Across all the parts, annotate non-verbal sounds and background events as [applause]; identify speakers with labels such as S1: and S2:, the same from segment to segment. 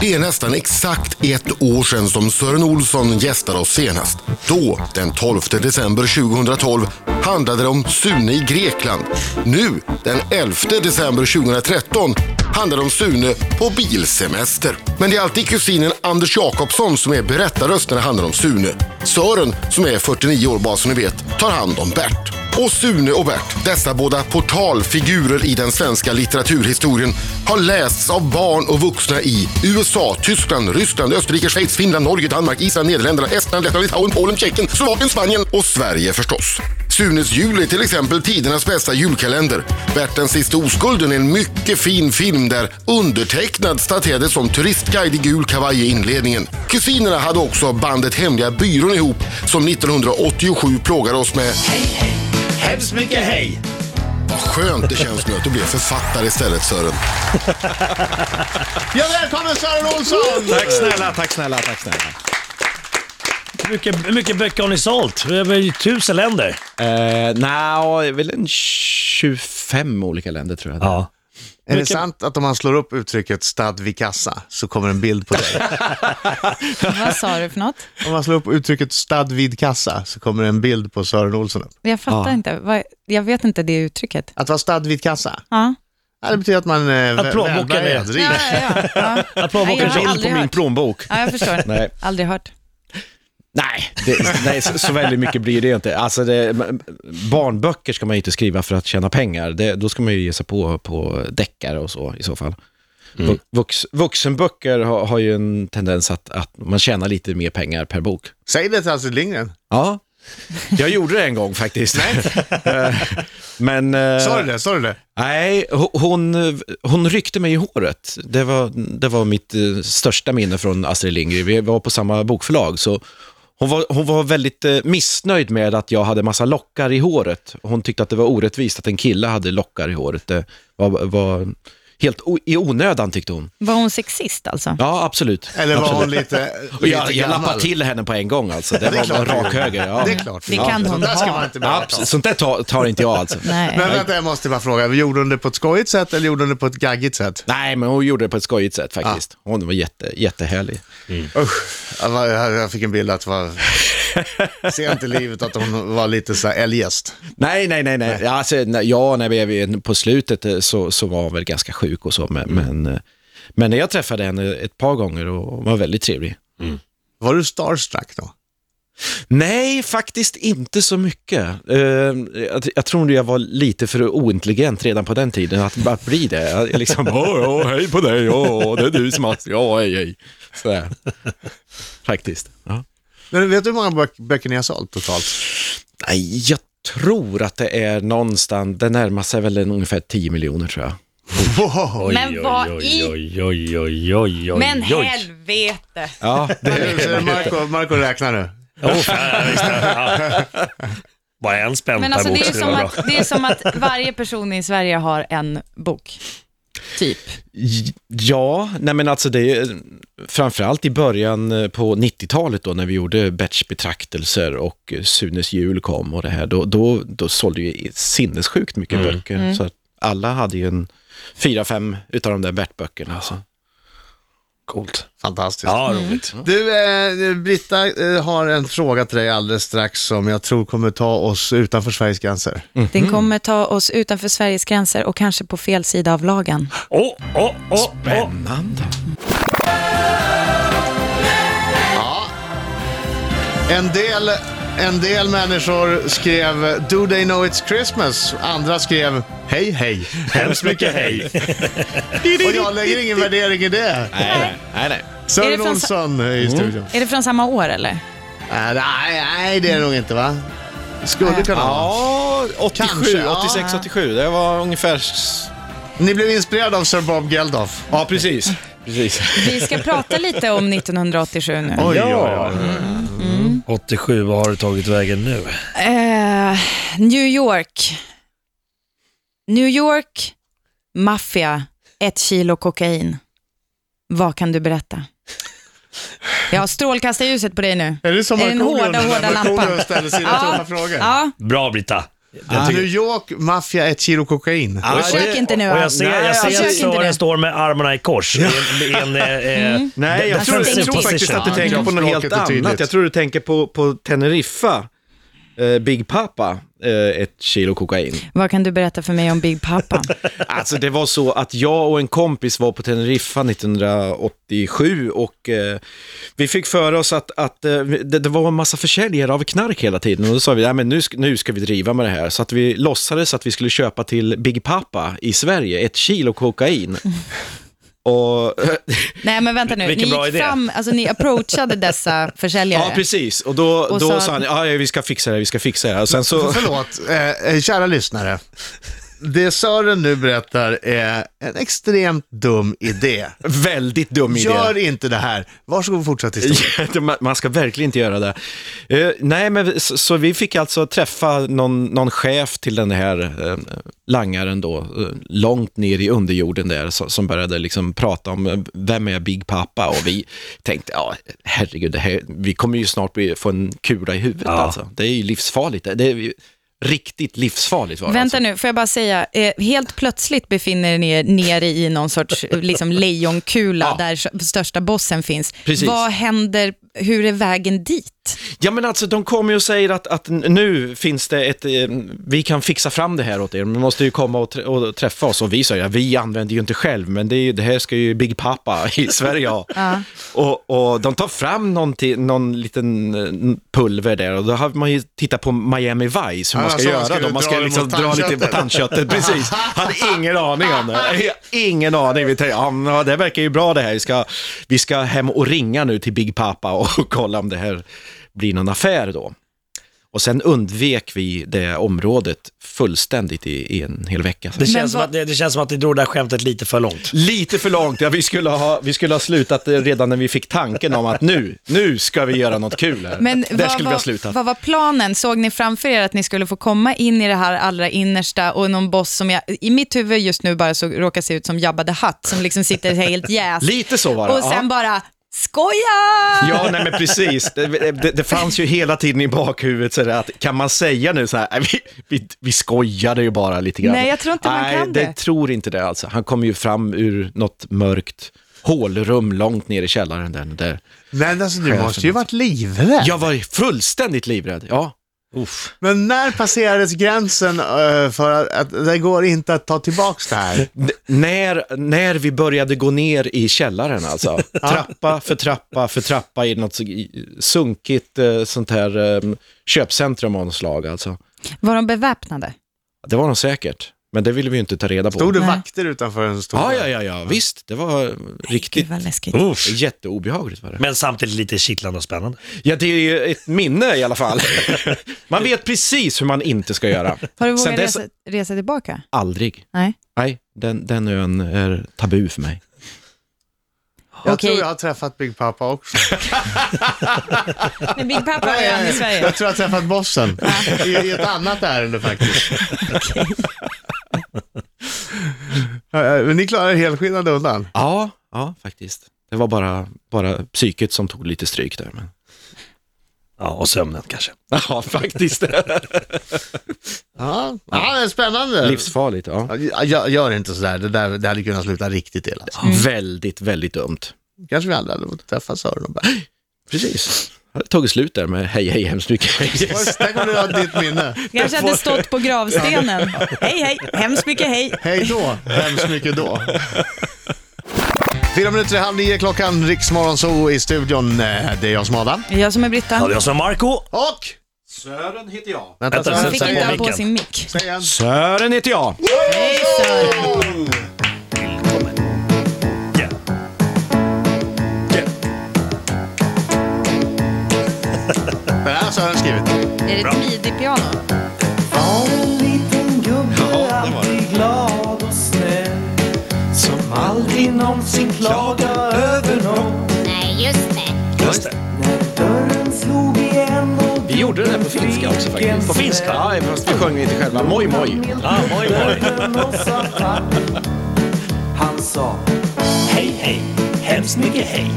S1: Det är nästan exakt ett år sedan som Sören Olsson gästade oss senast. Då, den 12 december 2012, handlade det om Sune i Grekland. Nu, den 11 december 2013, handlar det om Sune på bilsemester. Men det är alltid kusinen Anders Jakobsson som är berättarröst när det handlar om Sune. Sören, som är 49 år bara som ni vet, tar hand om Bert. Och Sune och Bert, dessa båda portalfigurer i den svenska litteraturhistorien, har lästs av barn och vuxna i USA, Tyskland, Ryssland, Österrike, Schweiz, Finland, Norge, Danmark, Island, Nederländerna, Estland, Lettland, Litauen, Polen, Tjeckien, Slovakien, Spanien och Sverige förstås. Sunes jul är till exempel tidernas bästa julkalender. Bert den sista oskulden är en mycket fin film där undertecknad staterade som turistguide i gul kavaj i inledningen. Kusinerna hade också bandet Hemliga byrån ihop som 1987 plågade oss med
S2: Hemskt mycket hej!
S1: Vad skönt det känns nu att du blev författare istället Sören.
S3: Ja, välkommen Sören Olsson!
S2: Tack snälla, tack snälla, tack snälla.
S4: Mycket, mycket böcker har ni sålt? Över ju tusen länder.
S2: Uh, Nja, väl en 25 olika länder tror jag.
S4: Ja.
S3: Är det sant att om man slår upp uttrycket stad vid kassa så kommer en bild på dig?
S5: Vad sa du för något?
S3: Om man slår upp uttrycket stad vid kassa så kommer en bild på Sören Olsson upp.
S5: Jag fattar
S2: Ja.
S5: inte. Vad- Jag vet inte det uttrycket.
S3: Att vara stad vid kassa,
S5: Ja.
S3: ja, det betyder att man eh, är
S4: Att plånboken är-
S5: Ja, ja, ja.
S4: Att plånboken
S5: Nej, jag har
S4: är tom.
S5: aldrig-
S2: Bild på min
S5: hört.
S2: plånbok.
S5: ja, jag förstår.
S2: Nej.
S5: Aldrig hört.
S2: Nej, det, nej så, så väldigt mycket blir det inte. Alltså det, barnböcker ska man ju inte skriva för att tjäna pengar. Det, då ska man ju ge sig på, på deckare och så i så fall.
S4: Mm.
S2: Vu- Vux, vuxenböcker har, har ju en tendens att, att man tjänar lite mer pengar per bok.
S3: Säg det till Astrid Lindgren.
S2: Ja, jag gjorde det en gång faktiskt. Eh, Men... eh,
S3: Sa du det? Sa du det?
S2: Nej, ho- hon, hon ryckte mig i håret. Det var, det var mitt eh, största minne från Astrid Lindgren. Vi var på samma bokförlag. Så hon, var, hon var väldigt eh, missnöjd med att jag hade massa lockar i håret. Hon tyckte att det var orättvist att en kille hade lockar i håret. Det var, var helt o- i onödan tyckte hon.
S5: Var hon sexist alltså?
S2: Ja, absolut.
S3: Eller var
S2: absolut.
S3: hon lite,
S2: Och
S3: lite
S2: jag, jag
S3: gammal?
S2: lappade till henne på en gång alltså. Det,
S3: det är
S2: var
S3: klart.
S2: rak höger. Ja.
S3: Det är klart.
S5: Det kan hon
S3: Sånt där ska
S5: ha.
S3: man inte
S2: Ja,
S3: behöva ta.
S2: precis. sånt där tar, tar inte jag alltså.
S5: Nej.
S3: Men vänta, jag måste bara fråga. Gjorde hon det på ett skojigt sätt eller gjorde hon det på ett gaggigt sätt?
S2: Nej, men hon gjorde det på ett skojigt sätt faktiskt. Hon var jätte, jättehärlig. Mm.
S3: Usch, jag var- jag jag fick en bild att det
S2: [laughs]
S3: var sent i livet, att hon var lite så här eljest.
S2: Nej, nej, nej. nej. Alltså, nej ja, när vi- vi, på slutet eh, så, så var hon väl ganska sjuk och så, men, men, eh, men när jag träffade henne ett par gånger och hon var väldigt trevlig.
S3: Var du starstruck då?
S2: Nej, faktiskt inte så mycket. Eh, jag, jag tror nog jag var lite för ointelligent redan på den tiden att, att bli det. Jag, jag liksom, åh, åh, hej på dig, åh, åh, det är du som har, ja, hej, hej. Sådär. Faktiskt. Ja.
S3: Men vet du hur många bö- böcker ni har sålt totalt?
S2: Nej, jag tror att det är någonstans, det närmar sig väl en, ungefär 10 miljoner tror jag.
S3: Wow.
S4: Oj,
S5: Men vad
S4: oj,
S5: i-
S4: oj, oj, oj, oj,
S5: Men
S4: oj.
S5: helvete!
S2: Ja, det
S3: Så är det Marco, Marco räknar nu.
S4: Oh, fan, visst, ja. Bara en spänn
S5: Men
S4: per
S5: alltså,
S4: bok
S5: det, är
S4: skulle
S5: som
S4: vara
S5: att,
S4: bra.
S5: det är som att varje person i Sverige har en bok. Typ.
S2: J- Ja, nej men alltså det är framförallt i början eh, på 90-talet då när vi gjorde batchbetraktelser och eh, Sunes jul kom och det här, då, då, då sålde ju sinnessjukt mycket böcker. Så att alla hade ju en fyra, fem utav de där Bert-böckerna. Så.
S4: Coolt.
S3: Fantastiskt.
S4: Ja,
S5: Mm.
S4: roligt.
S3: Du, eh, Britta eh, har en fråga till dig alldeles strax som jag tror kommer ta oss utanför Sveriges gränser.
S4: Mm.
S5: Den kommer ta oss utanför Sveriges gränser och kanske på fel sida av lagen.
S4: Åh, åh, åh, åh.
S2: Spännande.
S3: En del, en del människor skrev “Do they know it's Christmas?” Andra skrev “Hej, hej”.
S4: Hemskt mycket hej.
S3: Och jag lägger ingen värdering i det.
S2: Nej, nej, nej. nej.
S5: Är det
S3: Sören
S5: från-
S3: Olsson är
S4: Mm.
S3: i studion.
S5: Är det från samma år eller?
S3: Äh, nej, nej, det är det nog inte va? Skulle kunna vara.
S2: Ja, 87,
S3: Kanske, ja.
S2: 86, 87, det var ungefär... s-
S3: Ni blev inspirerade av Sir Bob Geldof.
S2: Ja, precis. precis.
S5: Vi ska prata lite om 1987 nu.
S3: Oj,
S4: Ja. 87, vad har du tagit vägen nu?
S5: Eh, New York. New York, maffia, ett kilo kokain. Vad kan du berätta? Jag har strålkastarljuset på dig nu.
S3: Är det som
S5: Är den
S3: Markoolio
S5: hårda,
S3: när
S5: hårda
S3: Markoolio
S5: lampan?
S3: ställer sina
S5: Ja.
S3: tuffa frågor?
S5: Ja,
S4: Bra Britta. Den tycker-
S3: New York, maffia, ett kilo kokain.
S4: Ja, och
S5: Försök
S4: det-
S5: inte nu,
S4: Och
S5: Ann.
S4: jag ser,
S2: Nej,
S4: jag
S2: försök
S4: ser
S5: inte
S4: Sören
S5: det. Mm.
S4: står med armarna i kors. I en, i en, eh, eh,
S2: Nej, jag
S4: defensive
S2: tror, jag tror
S4: position.
S2: faktiskt att du
S3: Ja,
S2: tänker på något
S3: kroppsspråket
S2: helt
S3: är tydligt.
S2: annat. Jag tror du tänker på, på Teneriffa, eh, Big Papa, eh, ett kilo kokain.
S5: Vad kan du berätta för mig om Big Papa?
S2: Alltså det var så att jag och en kompis var på Teneriffa 1987 och eh, vi fick för oss att, att eh, det, det var en massa försäljare av knark hela tiden och då sa vi, "Nej, men nu, ska- nu ska vi driva med det här. Så att vi låtsades att vi skulle köpa till Big Papa i Sverige, ett kilo kokain. Och,
S5: Nej, men vänta nu.
S4: Vilken
S5: ni
S4: bra
S5: gick
S4: idé.
S5: fram, alltså ni approachade dessa
S4: [laughs]
S5: försäljare.
S2: ja, precis. Och då,
S5: Och
S2: då
S5: så-
S2: sa han, ja, ja, vi ska fixa det, vi ska fixa det. Och sen så...
S3: Förlåt, eh, eh, kära lyssnare. Det Sören nu berättar är en extremt dum idé.
S2: [laughs] Väldigt dum idé. [laughs]
S3: Gör inte det här. Varsågod och fortsätt historien.
S2: Ja, man- Man ska verkligen inte göra det. Eh, nej, men så, så vi fick alltså träffa någon, någon chef till den här eh, langaren då, eh, långt ner i underjorden där, som, som började liksom prata om eh, vem är Big Papa? Och vi tänkte, ja, herregud, det här, vi kommer ju snart bli, få en kula i huvudet alltså. Det är ju livsfarligt. Det är ju riktigt livsfarligt. Var det, alltså."
S5: Vänta nu, får jag bara säga, eh, helt plötsligt befinner ni er nere i någon sorts eh, liksom, lejonkula
S2: Ja.
S5: där s- största bossen finns.
S2: Precis.
S5: Vad händer, hur är vägen dit?
S2: Ja men alltså de kommer ju och säger att, att nu finns det ett, eh, vi kan fixa fram det här åt er, ni måste ju komma och, trä- och träffa oss och vi sa ja, vi använder ju inte själv men det, är, ju- det här ska ju Big Papa [laughs] i Sverige ha. och, och de tar fram någon, ti- någon liten eh, pulver där och då har man ju tittat på Miami Vice hur
S3: Ja,
S2: man ska
S3: så man
S2: göra
S3: skulle
S2: då, man ska
S3: dra det
S2: liksom
S3: mot
S2: dra lite på
S3: tandköttet.
S2: tandköttet, precis. Hade ingen aning om det, Jag- ingen aning. Vi tänkte, ja, men det verkar ju bra det här, vi ska, vi ska hem och ringa nu till Big Papa och [laughs] kolla om det här blir någon affär då. Och sen undvek vi det området fullständigt i, i en hel vecka.
S4: det,
S5: Men
S4: känns som
S5: vad-
S4: att, det, det känns som att ni drog det där skämtet lite för långt.
S2: Lite för långt, ja, vi, skulle ha, vi skulle ha slutat eh, redan när vi fick tanken om att nu, nu ska vi göra något kul här.
S5: Men
S2: Där
S5: vad,
S2: skulle vi ha
S5: var,
S2: slutat.
S5: vad var planen? Såg ni framför er att ni skulle få komma in i det här allra innersta och någon boss som jag, i mitt huvud just nu bara så råkar se ut som Jabba the Hutt som liksom sitter helt jäst.
S2: Lite så var det.
S5: och sen
S2: ja.
S5: bara, skoja!
S2: Ja, nej men precis. Det, det, det fanns ju hela tiden i bakhuvudet så där att kan man säga nu så här, "Nej, vi, vi, vi skojade ju bara lite grann.
S5: Nej, jag tror inte man
S2: nej,
S5: kan det.
S2: Jag tror inte det alltså. Han kom ju fram ur något mörkt hålrum långt ner i källaren där. där.
S3: Men alltså, du
S2: Chefen.
S3: måste ju varit livrädd.
S2: Jag var fullständigt livrädd, ja. Uff.
S3: Men när passerades gränsen eh, för att, att det går inte att ta tillbaks det här?
S2: N- när, när vi började gå ner i källaren
S5: [laughs]
S2: alltså, trappa för trappa för trappa i något så- i- sunkigt eh, sånt här eh, köpcentrum av något slag alltså.
S5: Var de beväpnade?
S2: Det var nog säkert, men det ville vi ju inte ta reda på.
S3: Stod det
S5: Nej.
S3: vakter utanför en stor
S2: Ja, ja, ja, ja, visst. Det var eh,
S5: Gud
S2: riktigt
S5: vad läskigt.
S2: jätteobehagligt var det.
S4: Men samtidigt lite kittlande och spännande.
S2: Ja, det är ju ett minne i alla [laughs] fall. Man vet precis hur man inte ska göra.
S5: Har du vågat
S2: Sen dess-
S5: resa, resa tillbaka?
S2: Aldrig.
S5: Nej.
S2: Nej, den, den ön är tabu för mig.
S3: Jag
S5: Okej.
S3: tror jag har träffat Big Papa också.
S5: Men Big Papa var ju han i Sverige.
S3: Jag tror jag har träffat bossen. I, I ett annat ärende faktiskt. Ja, ja, Men ni klarar er helskinnade undan.
S2: Ja, ja faktiskt. Det var bara, bara psyket som tog lite stryk där. Men...
S4: Ja, och sömnen kanske.
S2: [laughs] Ja, faktiskt.
S3: Ja, ja det är spännande.
S2: [laughs] Livsfarligt, ja.
S3: Ja, gör- Gör inte sådär, det, där, det hade kunnat sluta riktigt illa.
S2: Väldigt, väldigt dumt.
S3: Kanske vi aldrig hade fått träffa Sören och bara,
S2: Precis. Det hade tagit slut där med hej, hej, hemskt mycket hej.
S3: där kommer du ha ditt minne.
S5: Kanske hade stått på gravstenen. Hej, hej, hemskt mycket hej.
S3: Hej då, hemskt mycket då. Fyra minuter i halv nio klockan, Riksmorgon så i studion. Eh, Det är jag som är Adam.
S5: Det är jag som är Britta.
S4: Ja, jag som Marco.
S3: Och...
S2: Sören heter jag.
S3: Vänta,
S4: Vänta,
S3: Sören,
S5: Man
S4: sen-
S5: fick
S4: sen-
S3: säg
S5: inte ha
S3: igen.
S4: micken.
S5: på sin mick.
S3: Säg igen.
S2: Sören heter jag.
S5: Hej Sören.
S4: Ja. Ja.
S3: Det här har Sören skrivit.
S5: Är det ett midi-piano?
S6: Var en liten gubbe
S2: Ja, det var det.
S6: alltid glad och snäll Som aldrig någonsin klagade över någon
S7: Nej, just det.
S4: Just det.
S6: Dörren slog igen och
S2: Vi gjorde det där på finska också faktiskt.
S4: På finska?
S2: Ja, fast vi sjöng inte själva. Moj, moj.
S4: Ah, oj, oj.
S6: dörren och sa tack Han sa Hej hej, hemskt mycket hej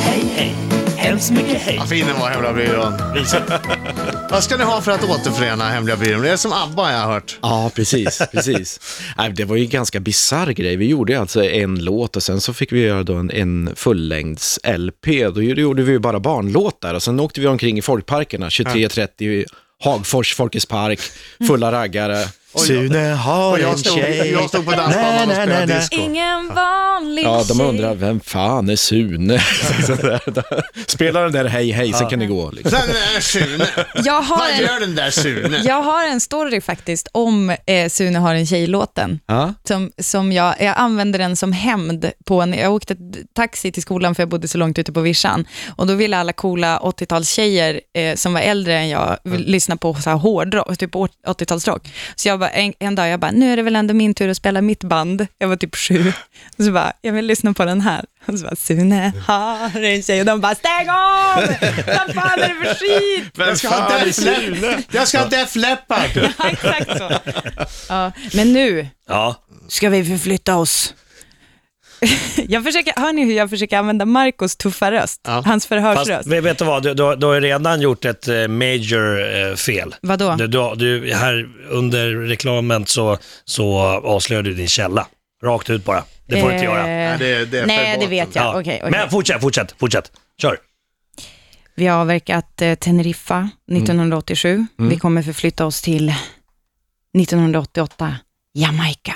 S6: Hej hej, hemskt mycket hej
S3: Ja, finnen var hemma blir hon. Vad ska ni ha för att återförena hemliga byrån? Det är som ABBA jag har hört.
S2: Ja, precis. precis. Nej, det var ju en ganska bisarr grej. Vi gjorde ju alltså en låt och sen så fick vi göra då en, en fullängds-LP. Då gjorde vi ju bara barnlåtar och sen åkte vi omkring i folkparkerna, 23.30, Hagfors, Folkets park, fulla raggare. Sune har
S3: Och jag stod, jag stod på dansbanan och spelade disco.
S5: Ingen vanlig
S2: Ja, de undrar, vem fan är Sune? Spela den där Hej hej, sen kan ni gå.
S3: [laughs]
S2: Liksom.
S3: Den där Sune.
S5: Jag har
S3: Vad
S5: en,
S3: gör den där Sune?
S5: jag har en story faktiskt om eh, Sune har en tjej-låten.
S2: Ja.
S5: Som, som jag, jag använde den som hämnd på en, jag åkte taxi till skolan för jag bodde så långt ute på vischan. Och då ville alla coola 80-talstjejer eh, som var äldre än jag vill lyssna på så här hårdrock, typ år- 80-talsrock. Så jag bara, en, en dag jag bara, nu är det väl ändå min tur att spela mitt band. Jag var typ sju. Och så bara, jag vill lyssna på den här. Och så bara, Sune har en tjej. Och de bara, stäng av! Vad fan är det för skit?
S3: Jag ska ha Def Leppard. Jag ska ha Def Leppard.
S5: Ja, [laughs] exakt så. Ja, men nu
S4: Ja.
S5: ska vi förflytta oss. [laughs] jag försöker, hör ni hur jag försöker använda Marcos tuffa röst? Hans
S4: Fast
S5: förhörsröst.
S4: vet vet du vad, du, du, har- du har ju redan gjort ett eh, major eh, fel.
S5: Vadå?
S4: Du, du, du, här under reklamen så, så avslöjar du din källa. Rakt ut bara. Det får du inte göra.
S5: Eh,
S3: Nej, det- det är
S5: nej, det
S3: förbåten.
S5: vet jag.
S4: Ja.
S5: Okej, okej.
S4: Men fortsätt, fortsätt, fortsätt. Kör.
S5: Vi har avverkat eh, Teneriffa 1987. Vi kommer förflytta oss till 1988, Jamaica.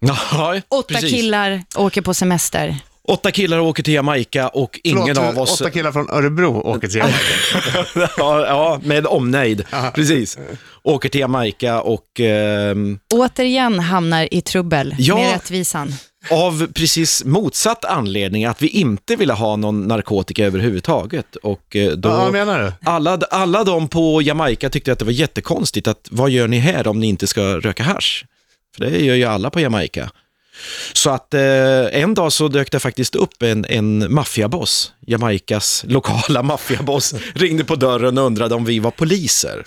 S2: Ja,
S5: Åtta
S2: precis.
S5: killar åker på semester.
S2: Åtta killar åker till Jamaica och ingen
S3: Förlåt,
S2: av oss...
S3: åtta killar från Örebro åker till Jämtland.
S2: [laughs] ja, ja, med omnejd. Precis. Åker till Jamaica och ehm,
S5: Återigen hamnar i trubbel
S2: Ja.
S5: med rättvisan.
S2: av precis motsatt anledning, att vi inte ville ha någon narkotika överhuvudtaget. Och eh, då...
S3: Vad menar du?
S2: alla, alla de på Jamaica tyckte att det var jättekonstigt, att vad gör ni här om ni inte ska röka hasch? För det gör ju alla på Jamaica. Så att eh, en dag så dök det faktiskt upp en, en maffiaboss, Jamaicas lokala [laughs] maffiaboss, ringde på dörren och undrade om vi var poliser.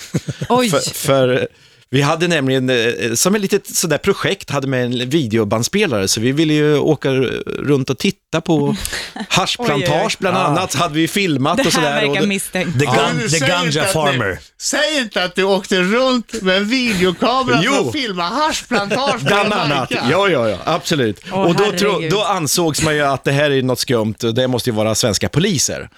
S5: Oj.
S2: För, för vi hade nämligen, eh, som ett litet sådär projekt, hade med en videobandspelare, så vi ville ju åka runt och titta
S5: [laughs]
S2: på
S5: Oj, oj,
S2: haschplantage
S5: oj.
S2: bland annat, så hade vi filmat
S5: Det
S2: och sådär.
S5: här
S2: och
S5: verkar
S2: det-
S5: misstänkt.
S4: The,
S3: Men du
S4: gun, the
S3: säger inte
S4: Ganja
S3: att ni-
S4: Farmer.
S3: Säg inte att du åkte runt med en videokamera
S2: Jo.
S3: för att filma haschplantage på
S2: Bland annat.
S3: Jamaica.
S2: Ja, ja, ja, absolut.
S5: Åh,
S2: och då, tro,
S5: herregud.
S2: då ansågs man ju att det här är något skumt, och det måste ju vara svenska poliser.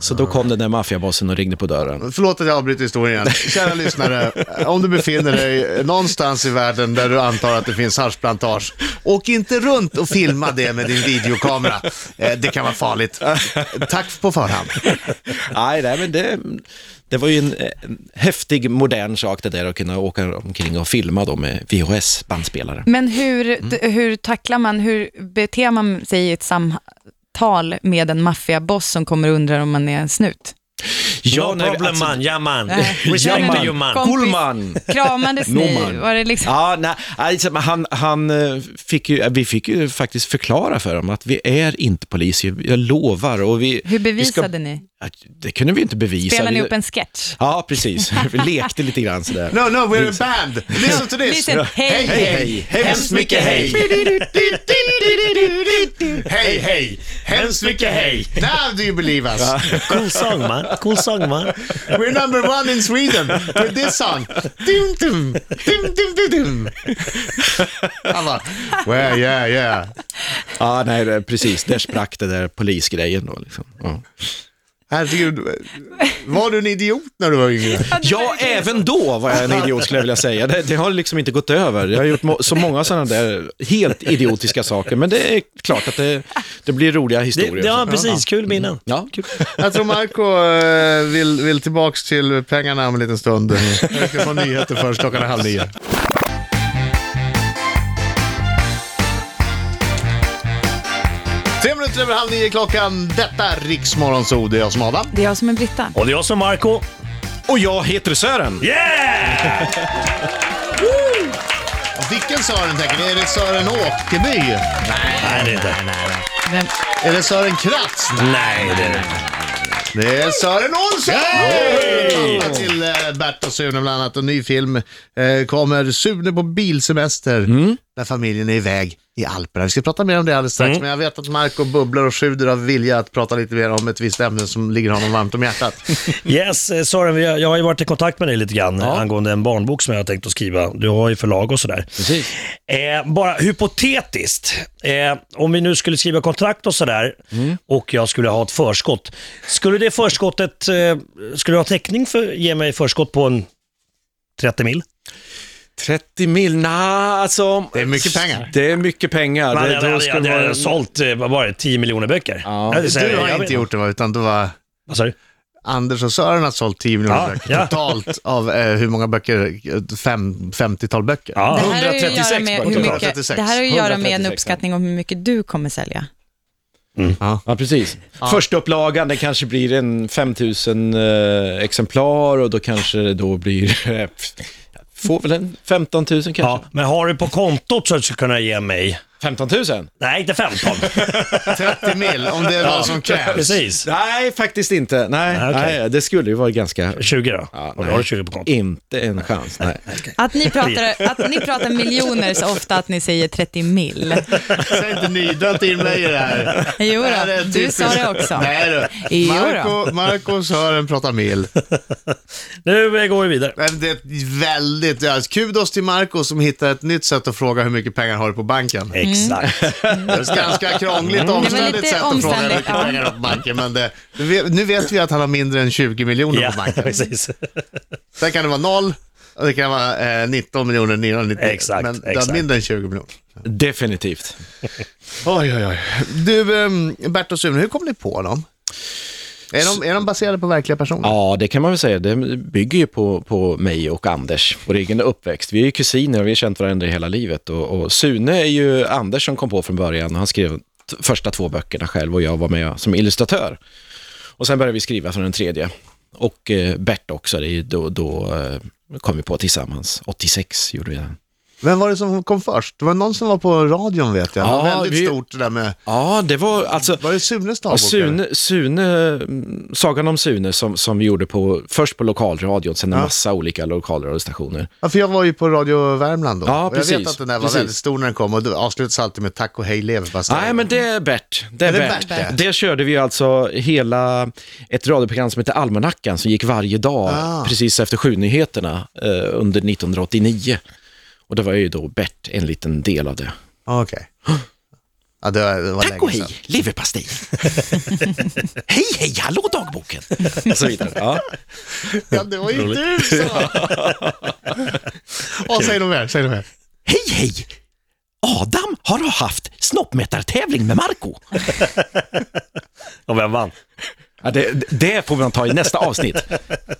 S2: Så då kom den där maffiabossen och ringde på
S3: [laughs]
S2: dörren.
S3: Förlåt att jag avbryter historien. Kära lyssnare, om du befinner dig någonstans i världen där du antar att det finns haschplantage, åk inte runt och filma det med din videokamera. Eh, Det kan vara farligt. Tack på förhand.
S2: Nej, nej men det, det var ju en, en häftig, modern sak det där att kunna åka omkring och filma då med VHS-bandspelare.
S5: Men hur,
S4: Mm.
S5: d- hur tacklar man, hur beter man sig i ett samtal med en maffiaboss som kommer och undrar om man är en snut?
S2: Ja,
S4: no
S2: nej,
S4: problem
S2: alltså-
S4: man, ja man. [laughs]
S5: Nej.
S4: Respect
S5: Eh,
S4: to
S5: Ja, man.
S4: you man.
S5: Kom-
S2: Cool
S5: Kompis.
S2: man. Ah,
S5: Kramades ni?
S2: Norman.
S5: Var det liksom...
S2: Ja, nej, alltså, men han, han eh, fick ju, vi fick ju faktiskt förklara för dem att vi är inte poliser, jag lovar. Och vi,
S5: Hur
S2: vi
S5: bevisade
S2: ska,
S5: ni?
S2: Det kunde vi inte bevisa.
S5: Spelade ni
S2: Vi-
S5: upp en sketch?
S2: Ja, precis. Vi lekte lite grann
S5: [laughs]
S2: sådär.
S3: No, no, we're a band. Listen to this.
S5: Listen, hej,
S2: hej. Hemskt mycket hej.
S3: Hej, hej. Hemskt mycket hej. Now do you believe us?
S4: Cool song man, cool song man.
S3: We're number one in Sweden with this song. Dum, dum, dum, dum, dum, dum. Han bara, well, yeah, yeah.
S2: Ja, nej, det- precis. Där sprack det där polisgrejen då. Liksom. Ja.
S3: Herregud, var du en idiot när du var yngre?
S2: ja, även då var jag en idiot skulle jag vilja säga. Det, det har liksom inte gått över. Jag har gjort må- så många sådana där helt idiotiska saker, men det är klart att det, det blir roliga
S4: Det,
S2: historier.
S4: det, ja, precis. Kul minnen.
S2: Ja.
S3: Jag tror Marco eh, vill, vill tillbaks till pengarna om en liten stund. Jag ska få nyheter först, klockan är halv nio. Tre minuter över halv nio är klockan. Detta är Riksmorgonzoo, det är jag som är Adam.
S5: Det är jag som är Britta.
S4: Och det är jag som Marco.
S2: Och jag heter Sören.
S4: Yeah!
S3: Vilken Sören tänker ni? Är det Sören Åkerby?
S4: Nej, det är inte.
S5: Vem?
S3: Är det Sören Kratz?
S4: Nej, det är det inte.
S3: Det är Sören Olsson! Välkomna till
S4: Mm.
S3: eh, Bert och Sune bland annat. En ny film eh, kommer, Sune på bilsemester. när familjen är iväg i Alperna. Vi ska prata mer om det alldeles strax,
S4: Mm.
S3: men jag vet att Marco bubblar och sjuder av vilja att prata lite mer om ett visst ämne som ligger honom varmt om
S4: [laughs]
S3: hjärtat.
S4: Yes, eh, Sören, vi har- jag har ju varit i kontakt med dig lite grann eh, angående en barnbok som jag har tänkt att skriva. Du har ju förlag och sådär.
S2: Precis.
S4: Eh, bara hypotetiskt, eh, om vi nu skulle skriva kontrakt och sådär och jag skulle ha ett förskott. Skulle det förskottet, eh, skulle du ha täckning för ge mig förskott på en 30 mil?
S2: 30 mil, nej alltså.
S3: Det är mycket pengar.
S2: Det är mycket pengar.
S4: Ja,
S2: Det-
S4: det,
S2: då
S4: jag
S2: skulle
S4: hade
S2: man-
S4: jag sålt, eh, vad var det, 10 miljoner böcker?
S2: Ja.
S4: Jag vill säga,
S3: Du har
S4: jag vet-
S3: inte gjort det va, utan det var
S4: Vad sa du?
S3: Anders och Sören har sålt 10 miljoner
S4: Ja,
S3: böcker
S4: ja.
S3: totalt av eh, hur många böcker? Fem, 50-tal böcker.
S2: Ah,
S4: Ja.
S5: Det här har ju att göra
S2: 136
S5: med, hur
S2: böcker.
S5: mycket,
S3: 136.
S5: det här har ju att göra med en
S2: 136,
S5: uppskattning om hur mycket du kommer sälja.
S2: Ja, precis. Första upplagan, det kanske blir en 5000 eh, exemplar och då kanske det då blir... eh, Får väl en 15 000 kanske?
S4: Ja, men har du på kontot så att du skulle kunna ge mig?
S2: 15 000?
S4: Nej, inte 15.
S3: [laughs] 30 mil, om det är vad som krävs.
S4: Precis.
S2: Nej, faktiskt inte. Nej,
S4: Nej, okej.
S2: nej det skulle ju vara ganska...
S4: 20 då?
S2: Ja,
S4: Om du
S2: nej.
S4: har 20 på kontot.
S2: Inte en chans.
S4: [laughs]
S2: Nej.
S5: Att
S2: [laughs]
S5: ni pratar, att ni pratar miljoner så ofta att ni säger 30 mil.
S3: Säg inte nydönt in mig i det här.
S5: Jo
S3: Det här är
S5: då, du
S3: typiskt-
S5: sa det också.
S3: Nej du.
S5: Jo då.
S3: Marco, Marco och Sören pratar mil.
S4: Nu eh, går vi vidare.
S3: Men Det är väldigt, ja, kudos till Marco som hittar ett nytt sätt att fråga hur mycket pengar har du på banken.
S2: Mm.
S4: Mm.
S2: [laughs]
S4: Exakt.
S3: Det är ett ganska krångligt och
S5: Mm. var
S3: omständigt
S5: lite
S3: sätt att fråga hur
S5: omständigt,
S3: mycket
S5: ja.
S3: pengar har du på banken. Men det, nu vet vi att han har mindre än 20 miljoner
S4: Ja,
S3: på banken.
S4: precis.
S3: Sen kan det vara noll. och Det kan vara eh, 19 miljoner 999.
S4: Exakt,
S3: men det
S4: exakt.
S3: är mindre än 20 miljoner.
S2: Definitivt.
S3: Oj, oj, oj. Du, ehm, Bert och Sune, hur kom ni på dem? Är de, är de baserade på verkliga personer?
S2: Ja, det kan man väl säga. Det bygger ju på, på mig och Anders, vår egen uppväxt. Vi är ju kusiner och vi har känt varandra i hela livet. Och, och Sune är ju Anders som kom på från början. Han skrev t- första två böckerna själv och jag var med som illustratör. Och sen började vi skriva för den tredje. Och eh, Bert också, det är ju då, då eh, kom vi på tillsammans. 86 gjorde vi det.
S3: Vem var det som kom först? Det var någon som var på radion vet jag. Det var
S2: Ja,
S3: väldigt
S2: vi-
S3: stort det där med...
S2: Ja, det var alltså...
S3: Var det Sunes
S2: Ja,
S3: dagbok? eller?
S2: Sune, Sune, mm, sagan om Sune som, som vi gjorde på, först på lokalradion, sen en
S3: Ja.
S2: massa olika lokalradiostationer.
S3: Ja, för jag var ju på Radio Värmland då.
S2: Ja,
S3: och jag
S2: precis,
S3: vet att den där var
S2: precis.
S3: väldigt stor när den kom och det avslutades alltid med tack och hej leverpastej.
S2: Nej, men det är Bert. Det är
S3: Är det
S2: Bert.
S3: Bert
S2: det? körde vi ju alltså hela ett radioprogram som heter Almanackan som gick varje dag
S3: Ah.
S2: precis efter sjunyheterna eh, under 1989. Och det var ju då Bert en liten del av det.
S3: Ah, Okej. Ja, det var, det var
S2: Tack och
S3: länge
S2: hej,
S3: sedan.
S2: [laughs] leverpastej. hej, hej, hallå dagboken. Och [laughs] så vidare. Ja.
S3: Ja, det var ju du som... Åh, Säg något mer, säg något mer.
S2: Hej, hej. Adam har haft snoppmätartävling med Marco.
S4: Och vem vann?
S2: Ja, det, det får man ta i nästa avsnitt.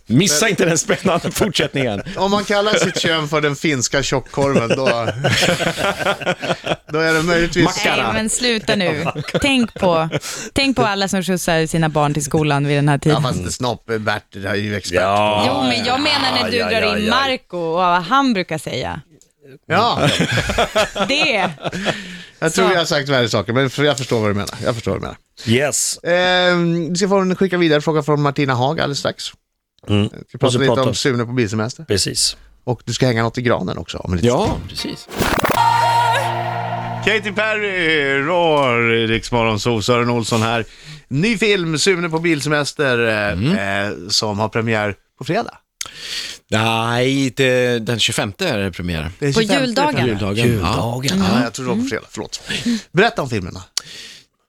S2: Missa inte den spännande fortsättningen.
S3: Om man kallar sitt kön för den finska
S2: [laughs]
S3: tjockkorven, då, då är det möjligtvis...
S5: Nej, men
S3: [laughs]
S5: sluta nu. Tänk på, tänk på alla som skjutsar sina barn till skolan vid den här
S3: Ja,
S5: tiden.
S3: fast snopp, Bert det här är ju expert.
S5: Jo, men jag menar när du
S4: ja,
S5: drar
S4: ja,
S5: in
S4: ja.
S5: Marco och vad han brukar säga.
S3: Ja, [laughs]
S5: Det,
S3: jag tror
S5: Så.
S3: jag har sagt värre saker, men för- jag förstår vad du menar. Jag förstår vad du menar.
S4: Yes.
S3: Ehm, vi ska få en skicka vidare fråga från Martina Haag alldeles strax.
S4: Mm.
S3: Vi ska
S4: Och
S3: prata
S4: så
S3: lite
S4: prata-
S3: om Sune på bilsemester.
S4: Precis.
S3: Och du ska hänga något i granen också om en liten
S2: Ja, precis.
S3: Katy Perry, Roar, Riksmorgon, Sol, Sören Olsson här. Ny film, Sune på bilsemester, eh,
S2: Mm.
S3: eh, som har premiär på fredag.
S2: Nej, det, den 25 är det premiär.
S3: Det är
S5: På
S3: 25
S5: juldagen. Mm.
S3: premiär.
S2: Juldagen.
S4: Juldagen.
S3: Ja, jag tror det var på fredag, förlåt. Berätta om filmerna.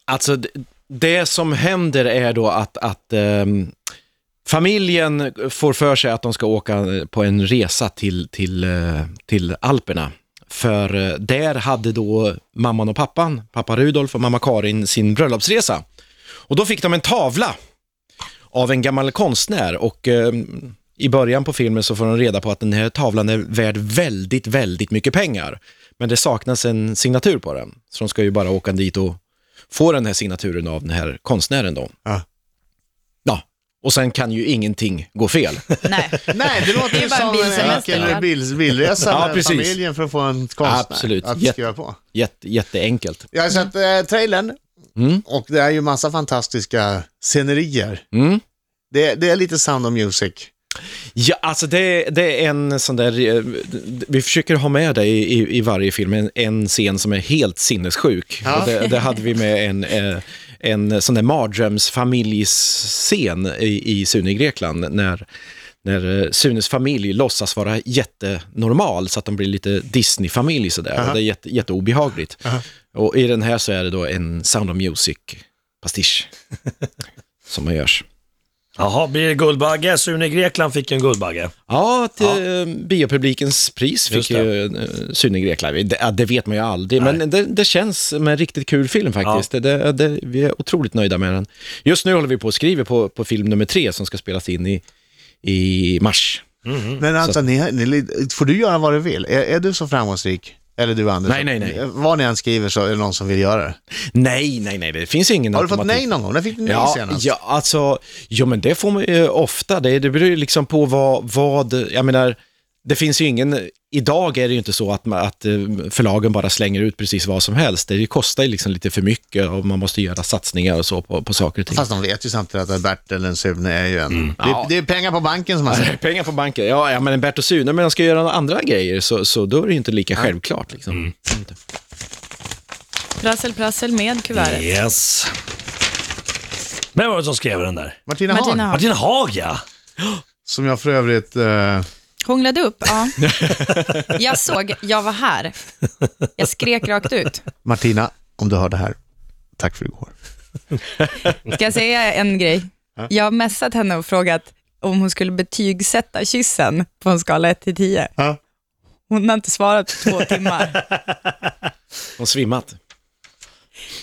S2: Alltså, d- det som händer är då att, att ehm, familjen får för sig att de ska åka på en resa till, till, eh, till Alperna. För eh, där hade då mamman och pappan, pappa Rudolf och mamma Karin, sin bröllopsresa. Och då fick de en tavla av en gammal konstnär och ehm, i början på filmen så får de reda på att den här tavlan är värd väldigt, väldigt mycket pengar. Men det saknas en signatur på den. Så de ska ju bara åka dit och få den här signaturen av den här konstnären då.
S3: Ja.
S2: Ja, och sen kan ju ingenting gå fel.
S5: nej.
S3: Nej, det låter
S5: Det är
S3: ju
S5: bara
S3: som
S5: en
S3: en
S5: bilsemester,
S3: enkel
S5: va?
S3: bil, bilresa
S2: Ja,
S3: med
S2: precis.
S3: familjen för att få en konstnär
S2: Absolut.
S3: att
S2: Jätte-
S3: skriva på.
S2: Jätte, jätteenkelt.
S3: Jag har sett eh, trailern
S2: Mm.
S3: och det är ju massa fantastiska scenerier.
S2: Mm.
S3: Det, det är lite Sound of Music
S2: Ja, alltså det, det är en sån där, eh, vi försöker ha med det i, i, i varje film, en, en scen som är helt sinnessjuk.
S3: Ja.
S2: Och det, det hade vi med en, eh, en sån där mardrömsfamiljsscen i, i Sune i Grekland, när, när eh, Sunes familj låtsas vara jättenormal, så att de blir lite Disney-familj sådär. Och det är jätte, jätteobehagligt. Och i den här så är det då en Sound of Music-pastisch som man görs.
S4: Jaha, blir det Guldbagge? Sune Grekland fick ju en Guldbagge.
S2: Ja, att Eh, biopublikens pris
S4: Just
S2: fick ju eh, Sune Grekland. Det, ja, det vet man ju aldrig, men det, det känns som en riktigt kul film faktiskt. Det, det, vi är otroligt nöjda med den. Just nu håller vi på och skriver på, på film nummer tre som ska spelas in i, i mars. Mm.
S3: Men alltså, ni, ni, får du göra vad du vill? Är, är du så framgångsrik? Eller du Anders? Eh,
S2: Nej, nej, nej.
S3: Vad ni än skriver så är det någon som vill göra det.
S2: Nej, nej, nej, det finns ingen
S3: Har du fått
S2: automatik.
S3: nej någon gång? När fick du nej
S2: Ja,
S3: senast?
S2: ja, alltså, ja, men det får man ju eh, ofta. Det, det beror ju liksom på vad, vad, jag menar, det finns ju ingen, idag är det ju inte så att, man- att eh, förlagen bara slänger ut precis vad som helst. Det kostar ju liksom lite för mycket och man måste göra satsningar och så på, på saker och ting.
S3: Fast de vet ju samtidigt att Bert eller en Sune är ju en... Det,
S2: Mm. Ja.
S3: det är pengar på banken som man säger.
S2: Pengar på banken, ja, ja men Bert och Sune, men de ska göra några andra grejer så, så då är det ju inte lika självklart. Liksom.
S3: Mm.
S5: Prassel, prassel med kuvertet.
S4: Yes. Vem var det som skrev den där?
S3: Martina,
S5: Martina
S3: Hahn,
S5: Hahn.
S4: Martina Haag, ja.
S3: som jag för övrigt... Eh,
S5: Hånglade upp?
S3: [laughs]
S5: Ja. Jag såg, jag var här. Jag skrek rakt ut.
S3: Martina, om du hör det här, tack för igår.
S5: Ska jag säga en grej? Jag har messat henne och frågat om hon skulle betygsätta kyssen på en skala 1 till 10.
S3: Ja.
S5: Hon har inte svarat på två timmar.
S2: De har svimmat.
S5: [laughs]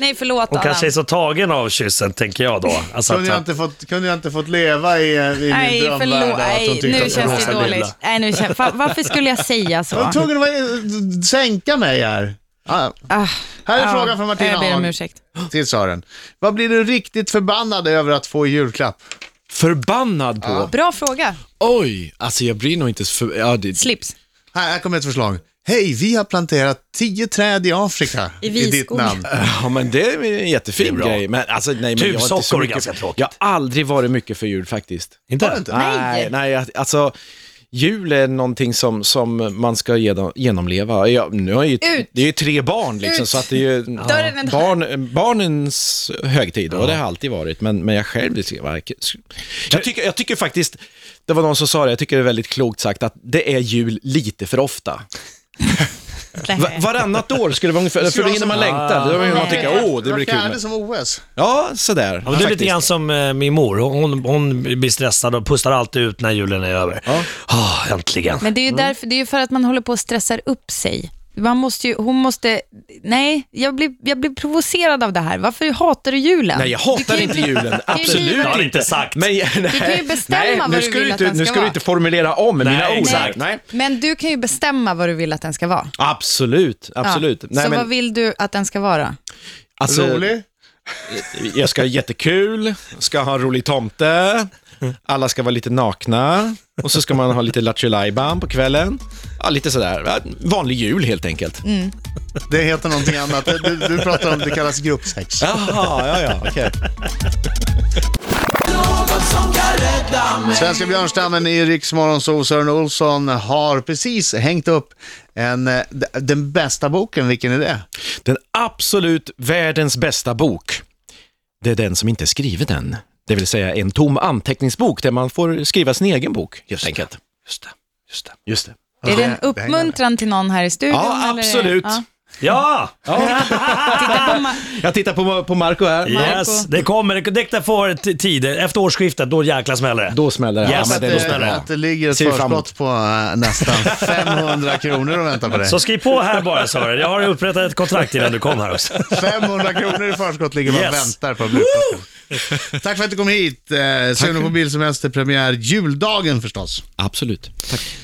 S5: Nej, förlåt
S4: Hon
S5: Adam.
S4: kanske är så tagen av kyssen, tänker jag då. Alltså,
S3: Kunde jag
S4: att,
S3: inte fått, kunde jag inte fått leva i, i
S5: Nej,
S3: min drömvärld?
S5: förlåt.
S3: av att hon
S5: Nej,
S3: tyckte
S5: nu
S3: att jag var
S5: känns
S3: så
S5: det
S3: lilla?
S5: dåligt. Nej, nu känns, fa- varför skulle jag säga
S3: Jag var
S5: så?
S3: tvungen att eh, sänka mig här. Ah,
S5: Ah,
S3: här är
S5: ja.
S3: frågan från Martina
S5: Jag ber om
S3: Hahn
S5: ursäkt.
S3: till Sören. Vad blir du riktigt förbannad över att få i julklapp?
S2: Förbannad på.
S5: Bra fråga.
S2: Oj, alltså jag blir nog inte för... Ja, det,
S5: Slips.
S3: Här, här kommer ett förslag. Hej, vi har planterat tio träd i Afrika
S5: I
S3: i ditt
S5: Viskog.
S3: namn.
S2: Ja, men det är en jättefin
S4: bra.
S2: grej. Men, alltså, nej, men jag inte så
S4: Tuvsockor är
S2: mycket-
S4: ganska tråkigt.
S2: Jag har aldrig varit mycket för jul faktiskt.
S4: inte?
S2: Nej, nej alltså, jul är någonting som, som man ska genom, genomleva. Jag, nu har jag ju,
S5: Ut!
S2: det är ju tre barn liksom,
S5: Ut!
S2: så att det är ju
S5: Dörren är där.
S2: barn, barnens högtid, och det har alltid varit. Men, men jag själv, det ska vara- jag tycker, jag tycker faktiskt, det var någon som sa det, jag tycker det är väldigt klokt sagt, att det är jul lite för ofta. Va- Varannat år skulle det vara ungefär, för då hinner man längta. Då hinner man tänka, åh, det blir kul.
S3: Var
S2: med-"
S3: fjärde som OS.
S2: Ja, sådär.
S4: Ja, men det är lite grann som eh, min mor. Hon, hon blir stressad och pustar alltid ut när julen är över. Ja. äntligen.
S5: Men det är ju
S2: Mm.
S5: därför, det är ju för att man håller på och stressar upp sig. Man måste ju, hon måste, nej, jag blir, jag blir provocerad av det här. Varför hatar du julen?
S2: Nej, jag
S5: Du kan
S2: hatar
S5: ju
S2: inte
S5: bli-
S2: julen.
S5: Det
S2: Absolut
S5: har
S4: han
S2: inte.
S4: inte sagt.
S2: Men, [laughs] nej,
S5: kan ju bestämma
S2: nej,
S5: vad
S2: nu
S5: du
S2: ska
S5: vill
S2: inte,
S5: att den
S2: Nu
S5: ska
S2: ska du
S5: vara.
S2: inte formulera om
S4: Nej,
S2: mina ord.
S4: exakt.
S2: Nej.
S5: Men du kan ju bestämma vad du vill att den ska vara.
S2: Absolut,
S5: Ja.
S2: absolut. Nej,
S5: Så vad
S2: men,
S5: vill du att den ska vara?
S2: alltså,
S3: Rolig.
S2: jag ska ha jättekul, ska ha en rolig tomte, alla ska vara lite nakna och så ska man ha lite Lattjo Lajban på kvällen. Ja, lite sådär. Vanlig jul helt enkelt.
S3: Det heter någonting annat. Du, du pratar om, det kallas gruppsex.
S2: Jaha, ja, ja, okej.
S6: Någon som kan rädda mig
S3: Svenska björnstammen i Riksmorgonzoo, Sören Olsson, har precis hängt upp en, eh, d- den bästa boken. Vilken är det?
S2: Den absolut världens bästa bok, det är den som inte är skriven än. Det vill säga en tom anteckningsbok där man får skriva sin egen bok, helt enkelt. Just det, just det. Just det.
S5: Är det en
S3: det hänger med.
S5: uppmuntran till någon här i studion?
S2: Ja,
S5: eller?
S2: absolut.
S5: Ja.
S4: Ja!
S5: Titta på ma-
S2: Jag tittar på, på Marco här.
S4: Yes, det kommer. Det- Däkta får t- tid. Efter årsskiftet, då jäklar smäller det.
S2: Då smäller det.
S4: Yes,
S2: men det
S4: då
S2: är
S4: smäller
S2: bra.
S4: det.
S3: att det ligger ett
S2: Ser vi fram emot.
S3: förskott på
S2: [laughs]
S3: eh, nästan 500 kronor och väntar på dig.
S4: Så skriv på här bara Sören. Jag har upprättat ett kontrakt innan du kom här också.
S3: 500 kronor i förskott ligger man och
S4: Yes.
S3: väntar på att bli upplockad. Tack för att du kom hit. Eh, Sune på bilsemester, premiär juldagen förstås.
S2: Absolut. Tack.